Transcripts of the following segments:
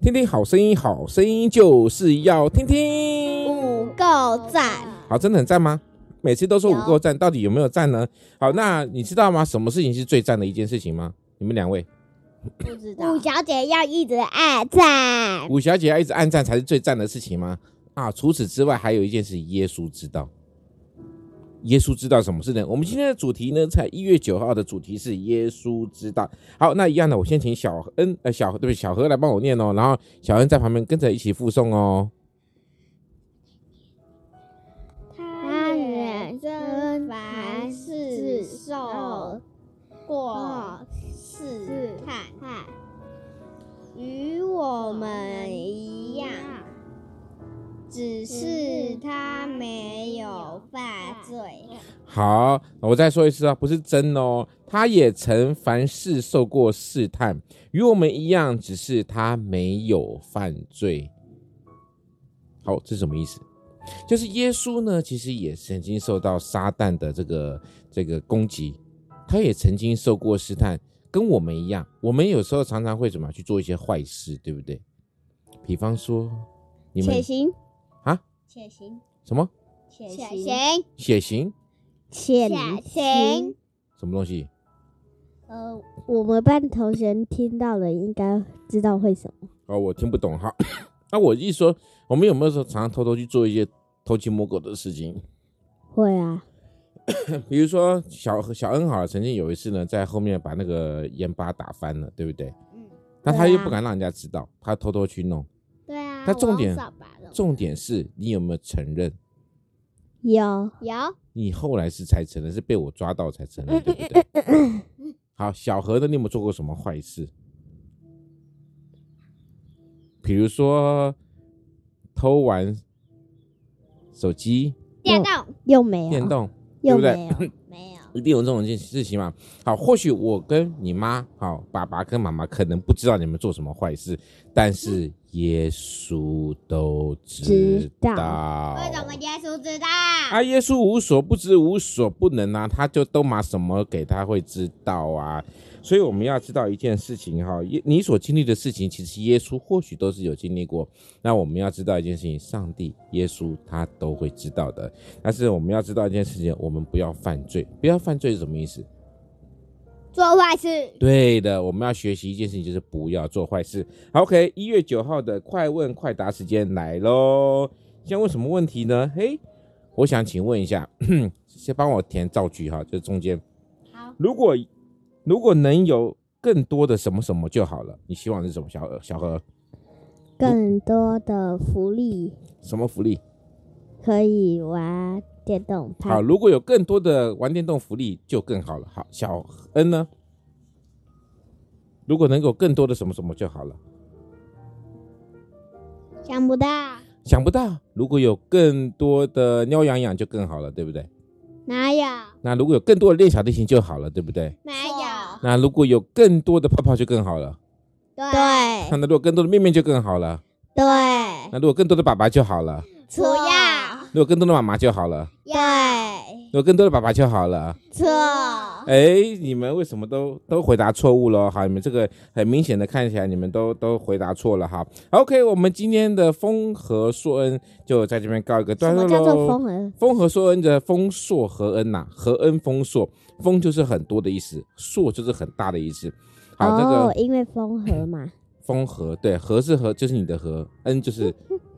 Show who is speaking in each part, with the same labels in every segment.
Speaker 1: 听听好声音，好声音就是要听听。
Speaker 2: 五够赞，
Speaker 1: 好，真的很赞吗？每次都说
Speaker 2: 有
Speaker 1: 五够赞，到底有没有赞呢？好，那你知道吗？什么事情是最赞的一件事情吗？你们两位，
Speaker 2: 不知道
Speaker 3: 五小姐要一直按赞，
Speaker 1: 五小姐要一直按赞才是最赞的事情吗？啊，除此之外，还有一件事，耶稣知道。耶稣知道什么事呢？我们今天的主题呢，在一月九号的主题是耶稣知道。好，那一样的，我先请小恩，呃，小对不起，小何来帮我念哦，然后小恩在旁边跟着一起附送哦。
Speaker 2: 他人生凡事受过试探，与我们一样，只是他没有犯罪。
Speaker 1: 好，我再说一次啊，不是真哦。他也曾凡事受过试探，与我们一样，只是他没有犯罪。好，这是什么意思？就是耶稣呢，其实也曾经受到撒旦的这个这个攻击，他也曾经受过试探，跟我们一样。我们有时候常常会怎么样去做一些坏事，对不对？比方说，你们
Speaker 2: 且行
Speaker 1: 啊，
Speaker 2: 且行，
Speaker 1: 什么
Speaker 2: 且
Speaker 3: 且
Speaker 2: 行，
Speaker 3: 行
Speaker 1: 血型，
Speaker 3: 且
Speaker 2: 且
Speaker 3: 行
Speaker 2: 行。
Speaker 1: 什么东西？
Speaker 3: 呃，我们班同学听到了，应该知道会什么。
Speaker 1: 哦，我听不懂哈。那、我一说，我们有没有说常常偷偷去做一些偷鸡摸狗的事情？
Speaker 3: 会啊，
Speaker 1: 比如说小小恩好了，曾经有一次呢，在后面把那个盐巴打翻了，对不对？
Speaker 2: 嗯，
Speaker 1: 那他
Speaker 3: 对
Speaker 1: 又
Speaker 3: 啊
Speaker 1: 不敢让人家知道，他偷偷去弄。
Speaker 2: 对啊，
Speaker 1: 那重点
Speaker 2: 我用扫把弄
Speaker 1: 重点是你有没有承认？
Speaker 3: 有
Speaker 2: 有
Speaker 1: 你后来是才承认，是被我抓到才承认，对不对？ 好，小何呢，你有没有做过什么坏事？比如说偷玩手机、
Speaker 2: 电动
Speaker 3: 又没
Speaker 1: 电
Speaker 3: 有
Speaker 1: 动，对
Speaker 3: 又
Speaker 1: 不对
Speaker 3: 没有
Speaker 2: 没有？
Speaker 1: 一定有这种件事情嘛。好，或许我跟你妈，好，爸爸跟妈妈可能不知道你们做什么坏事，但是耶稣都知
Speaker 3: 知
Speaker 1: 道。
Speaker 3: 道
Speaker 2: 为什么耶稣知道？
Speaker 1: 啊，耶稣无所不知，无所不能啊，他就都拿什么给他会知道啊。所以我们要知道一件事情哈，耶，你所经历的事情，其实耶稣或许都是有经历过。那我们要知道一件事情，上帝、耶稣他都会知道的。但是我们要知道一件事情，我们不要犯罪，不要犯罪是什么意思？
Speaker 2: 做坏事，
Speaker 1: 对的，我们要学习一件事情，就是不要做坏事。好 OK，一月九号的快问快答时间来喽。先问什么问题呢？嘿，我想请问一下， 先帮我填造句哈，就中间。
Speaker 2: 好，
Speaker 1: 如果如果能有更多的什么什么就好了，你希望是什么？小何，小何，
Speaker 3: 更多的福利，
Speaker 1: 什么福利？
Speaker 3: 可以玩电动
Speaker 1: 好，
Speaker 3: 派。
Speaker 1: 如果有更多的玩电动福利就更好了。好，小恩呢？如果能有更多的什么什么就好了。
Speaker 2: 想不到，
Speaker 1: 想不到，如果有更多的喵痒痒就更好了，对不对？
Speaker 2: 哪有？
Speaker 1: 那如果有更多的练小提琴就好了，对不对？
Speaker 2: 没有，
Speaker 1: 那如果有更多的泡泡就更好了，
Speaker 2: 对
Speaker 1: 那如果更多的面面就更好了，
Speaker 2: 对，
Speaker 1: 那如果更多的爸爸就好了，
Speaker 2: 不要，
Speaker 1: 如果更多的妈妈就好了，
Speaker 2: 对，
Speaker 1: 如果更多的爸爸就好了。
Speaker 2: 错，
Speaker 1: 哎，你们为什么都都回答错误了？好，你们这个很明显的看起来你们都都回答错了哈。OK，我们今天的风和硕恩就在这边告一个
Speaker 3: 什
Speaker 1: 段落喽。
Speaker 3: 么叫做风儿？
Speaker 1: 丰和硕恩的丰硕和恩呐、和恩丰硕，丰就是很多的意思，硕就是很大的意思。好，那
Speaker 3: 哦，
Speaker 1: 啊个
Speaker 3: 因为风和嘛。
Speaker 1: 丰和，对，和是和，就是你的和，恩就是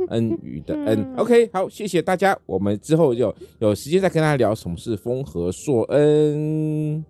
Speaker 1: 恩语的恩。OK，好，谢谢大家，我们之后有有时间再跟大家聊什么是丰和硕恩。